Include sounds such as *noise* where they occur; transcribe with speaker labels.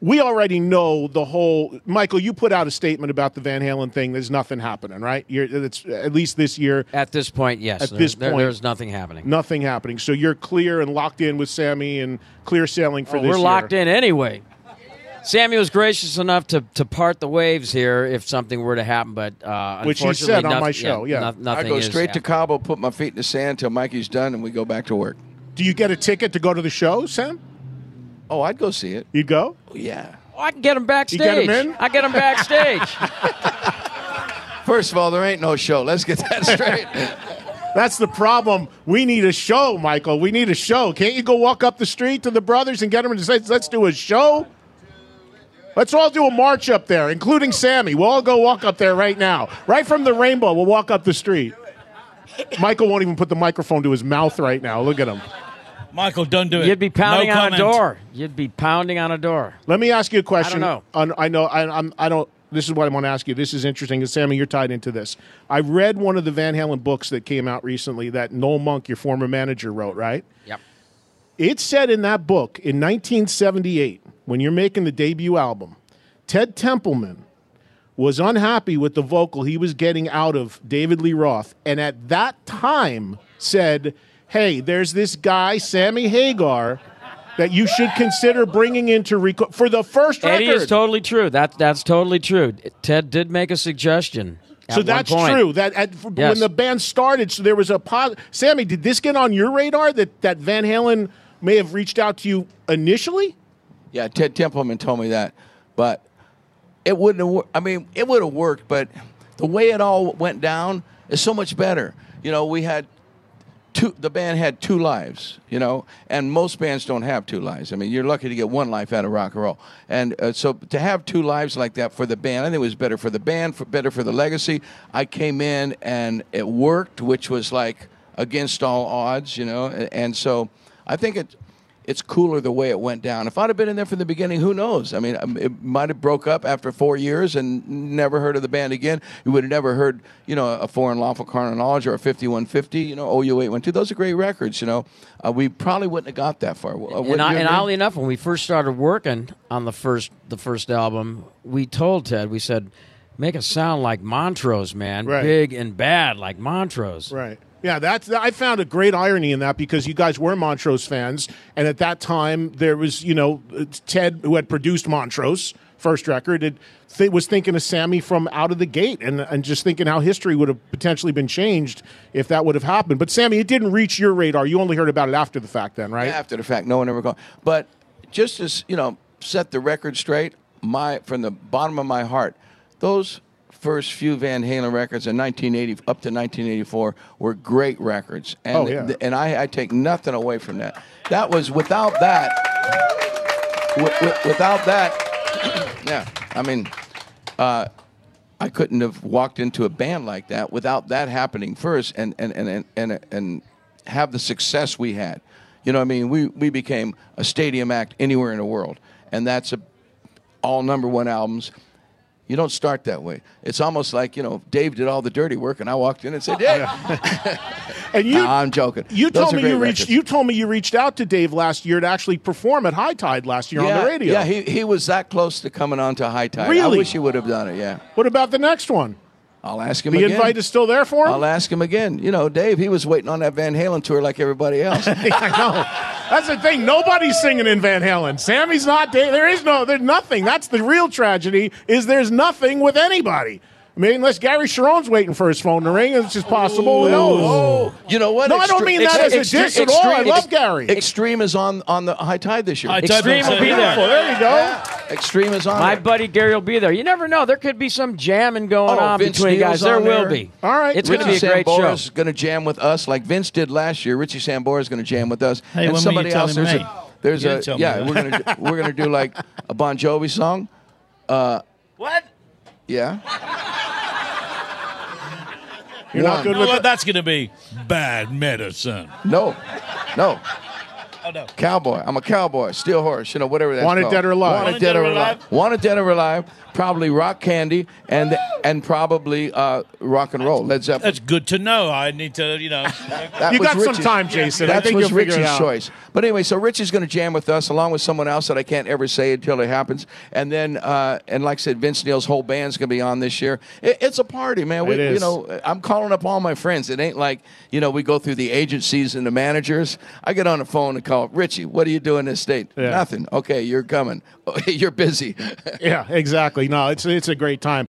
Speaker 1: we already know the whole. Michael, you put out a statement about the Van Halen thing. There's nothing happening, right? You're, it's at least this year,
Speaker 2: At this point, yes.
Speaker 1: At this
Speaker 2: there-
Speaker 1: point-
Speaker 2: there's nothing happening.
Speaker 1: nothing happening. So you're clear and locked in with Sammy and clear sailing for
Speaker 2: Oh,
Speaker 1: this.
Speaker 2: we're locked in anyway. Sammy was gracious enough to, to part the waves here if something were to happen, but uh,
Speaker 1: Which he
Speaker 2: unfortunately,
Speaker 1: said on
Speaker 2: noth-
Speaker 1: my show, yeah.
Speaker 2: noth-
Speaker 1: I
Speaker 2: nothing
Speaker 1: Thing
Speaker 3: I go
Speaker 2: is
Speaker 3: straight to
Speaker 2: happening.
Speaker 3: Cabo, put my feet in the sand till Mikey's done, and we go back to work.
Speaker 1: Do you get a ticket to go to the show, Sam?
Speaker 3: Oh, I'd go see it.
Speaker 1: You'd go.
Speaker 3: Oh, yeah.
Speaker 2: Oh, I can get him backstage.
Speaker 1: get 'em in?
Speaker 2: I get him backstage.
Speaker 1: *laughs*
Speaker 3: First of all, there ain't no show. Let's get that *laughs* straight.
Speaker 1: That's the problem. We need a show, Michael. We need a show. Can't you go walk up the street to the brothers and get them to say, let's do a show? Let's all do a march up there, including Sammy. We'll all go walk up there right now. Right from the rainbow, we'll walk up the street. Michael won't even put the microphone to his mouth right now. Look at him.
Speaker 4: Michael, don't do it.
Speaker 2: You'd be pounding
Speaker 4: No
Speaker 2: on
Speaker 4: comment.
Speaker 2: a door. You'd be pounding on a door.
Speaker 1: Let me ask you a question.
Speaker 2: know.
Speaker 1: On, I know. I, I'm. I don't. This is what I want to ask you. This is interesting, and Sammy, you're tied into this. I read one of the Van Halen books that came out recently that Noel Monk, your former manager, wrote. Right.
Speaker 2: Yep.
Speaker 1: It said in that book in 1978, when you're making the debut album, Ted Templeman was unhappy with the vocal he was getting out of David Lee Roth, and at that time said, "Hey, there's this guy, Sammy Hagar." That you should consider bringing into record for the first record.
Speaker 2: Eddie is totally true. That that's totally true. Ted did make a suggestion. at
Speaker 1: So
Speaker 2: one
Speaker 1: that's
Speaker 2: point.
Speaker 1: true. That at, f-
Speaker 2: Yes.
Speaker 1: when the band started, so there was a pos- Sammy, did this get on your radar that that Van Halen may have reached out to you initially?
Speaker 3: yeah, Ted Templeman told me that, but it wouldn't have. Wor- I mean, it would have worked, but the way it all went down is so much better. You know, we had two. The band had two lives. You know, and most bands don't have two lives. I mean, you're lucky to get one life out of rock and roll. And uh, so to have two lives like that for the band, I think it was better for the band, for, better for the legacy. I came in and it worked, which was like against all odds. You know, and, and so I think it. It's cooler the way it went down. If I'd have been in there from the beginning, who knows? I mean, um, it might have broke up after four years and never heard of the band again. You would have never heard, you know, a foreign lawful chronology or a 5150, you know, OU812. Those are great records, you know. Uh, we probably wouldn't have got that far. Uh, wouldn't
Speaker 2: And, I,
Speaker 3: you
Speaker 2: and
Speaker 3: agree?
Speaker 2: oddly enough, when we first started working on the first the first album, we told Ted, we said, make it sound like Montrose, man,
Speaker 1: Right.
Speaker 2: big and bad, like Montrose.
Speaker 1: Right. Yeah, that's I found a great irony in that because you guys were Montrose fans, and at that time there was you know Ted who had produced Montrose first record and th- was thinking of Sammy from out of the gate and and just thinking how history would have potentially been changed if that would have happened. But Sammy, it didn't reach your radar. You only heard about it after the fact, then, right?
Speaker 3: after the fact. No one ever called. But just as you know, set the record straight. My from the bottom of my heart, those first few Van Halen records in 1980 up to 1984 were great records, and
Speaker 1: Oh, yeah.
Speaker 3: and I, I take nothing away from that. That was without that, wi- wi- without that, *clears throat* yeah. I mean. Uh, I couldn't have walked into a band like that without that happening first and and and and and, and have the success we had. You know, what I mean, we we became a stadium act anywhere in the world, and that's a, all number one albums. You don't start that way. It's almost like you know Dave did all the dirty work, and I walked in and
Speaker 1: *laughs*
Speaker 3: said, "Dave,
Speaker 1: And you,
Speaker 3: No, I'm joking."
Speaker 1: You
Speaker 3: Um, Those
Speaker 1: told
Speaker 3: are
Speaker 1: me
Speaker 3: great
Speaker 1: you
Speaker 3: records.
Speaker 1: reached. You told me you reached out to Dave last year to actually perform at High Tide last year
Speaker 3: yeah,
Speaker 1: on the radio.
Speaker 3: Yeah, he, he was that close to coming on to High Tide. I
Speaker 1: Really?
Speaker 3: wish he would have done it. Yeah,
Speaker 1: what about the next one?
Speaker 3: I'll ask him
Speaker 1: The
Speaker 3: again.
Speaker 1: invite is still there for him.
Speaker 3: I'll ask him again. You know, Dave, he was waiting on that Van Halen tour like
Speaker 1: *laughs*
Speaker 3: everybody else.
Speaker 1: I know. That's the thing. Nobody's singing in Van Halen. Sammy's not. Da- There is no. There's nothing. That's the real tragedy. Is there's nothing with anybody. I mean, unless Gary Sharon's waiting for his phone to ring, which is possible. Who
Speaker 2: Oh,
Speaker 1: knows?
Speaker 3: You know what?
Speaker 1: No, I don't mean that as a diss at all. I love Gary.
Speaker 3: Extreme is on on the high tide this year.
Speaker 4: I
Speaker 2: Extreme
Speaker 4: typed
Speaker 2: will
Speaker 4: it.
Speaker 2: be there.
Speaker 1: Well, there you go.
Speaker 3: Extreme is on.
Speaker 2: My
Speaker 3: it.
Speaker 2: buddy Gary will be there. You never know. There could be some jamming going
Speaker 3: Oh,
Speaker 2: on
Speaker 3: Vince
Speaker 2: between
Speaker 3: Neil's
Speaker 2: guys. There
Speaker 3: on
Speaker 2: will
Speaker 3: there.
Speaker 2: be.
Speaker 1: All right.
Speaker 2: It's going to
Speaker 3: Richie
Speaker 2: be a great
Speaker 3: Sambora
Speaker 2: show.
Speaker 3: is going to jam with us like Vince did last year. Richie Sambora is going to jam with us.
Speaker 4: Hey, when
Speaker 3: and
Speaker 4: will
Speaker 3: somebody
Speaker 4: you tell
Speaker 3: else.
Speaker 4: him,
Speaker 3: there's
Speaker 4: hey?
Speaker 3: a, there's
Speaker 4: You
Speaker 3: a
Speaker 4: didn't tell me
Speaker 3: yeah.
Speaker 4: that.
Speaker 3: We're going to we're going to do like a Bon Jovi song. Uh,
Speaker 4: What?
Speaker 3: Yeah.
Speaker 1: You're not
Speaker 3: One.
Speaker 1: good
Speaker 4: You know
Speaker 1: with
Speaker 4: what that's going to be? Bad medicine.
Speaker 3: No, no.
Speaker 4: Oh, no.
Speaker 3: Cowboy. I'm a cowboy. Steel horse. You know, whatever that's
Speaker 1: Wanted
Speaker 3: called.
Speaker 1: Dead or Alive.
Speaker 3: Wanted, dead, or alive. Wanted dead or alive. Probably rock candy and and probably uh, rock and roll. Led Zeppelin.
Speaker 4: That's good to know. I need to, you know.
Speaker 2: *laughs*
Speaker 3: That
Speaker 1: You
Speaker 3: was
Speaker 1: got some
Speaker 3: Richie's-
Speaker 1: time, Jason. I
Speaker 3: That
Speaker 1: think
Speaker 3: was
Speaker 1: you'll figure it
Speaker 3: Richie's
Speaker 1: out.
Speaker 3: choice. But anyway, so Richie's going to jam with us along with someone else that I can't ever say until it happens. And then, uh, and like I said, Vince Neil's whole band's going to be on this year. It, it's a party, man. We,
Speaker 1: It is.
Speaker 3: You know, I'm calling up all my friends. It ain't like you know we go through the agencies and the managers. I get on the phone and call Richie. What are you doing this date?
Speaker 1: Yeah.
Speaker 3: Nothing. Okay, *laughs* you're coming. you're busy. *laughs*
Speaker 1: Yeah, exactly. No, it's it's a great time.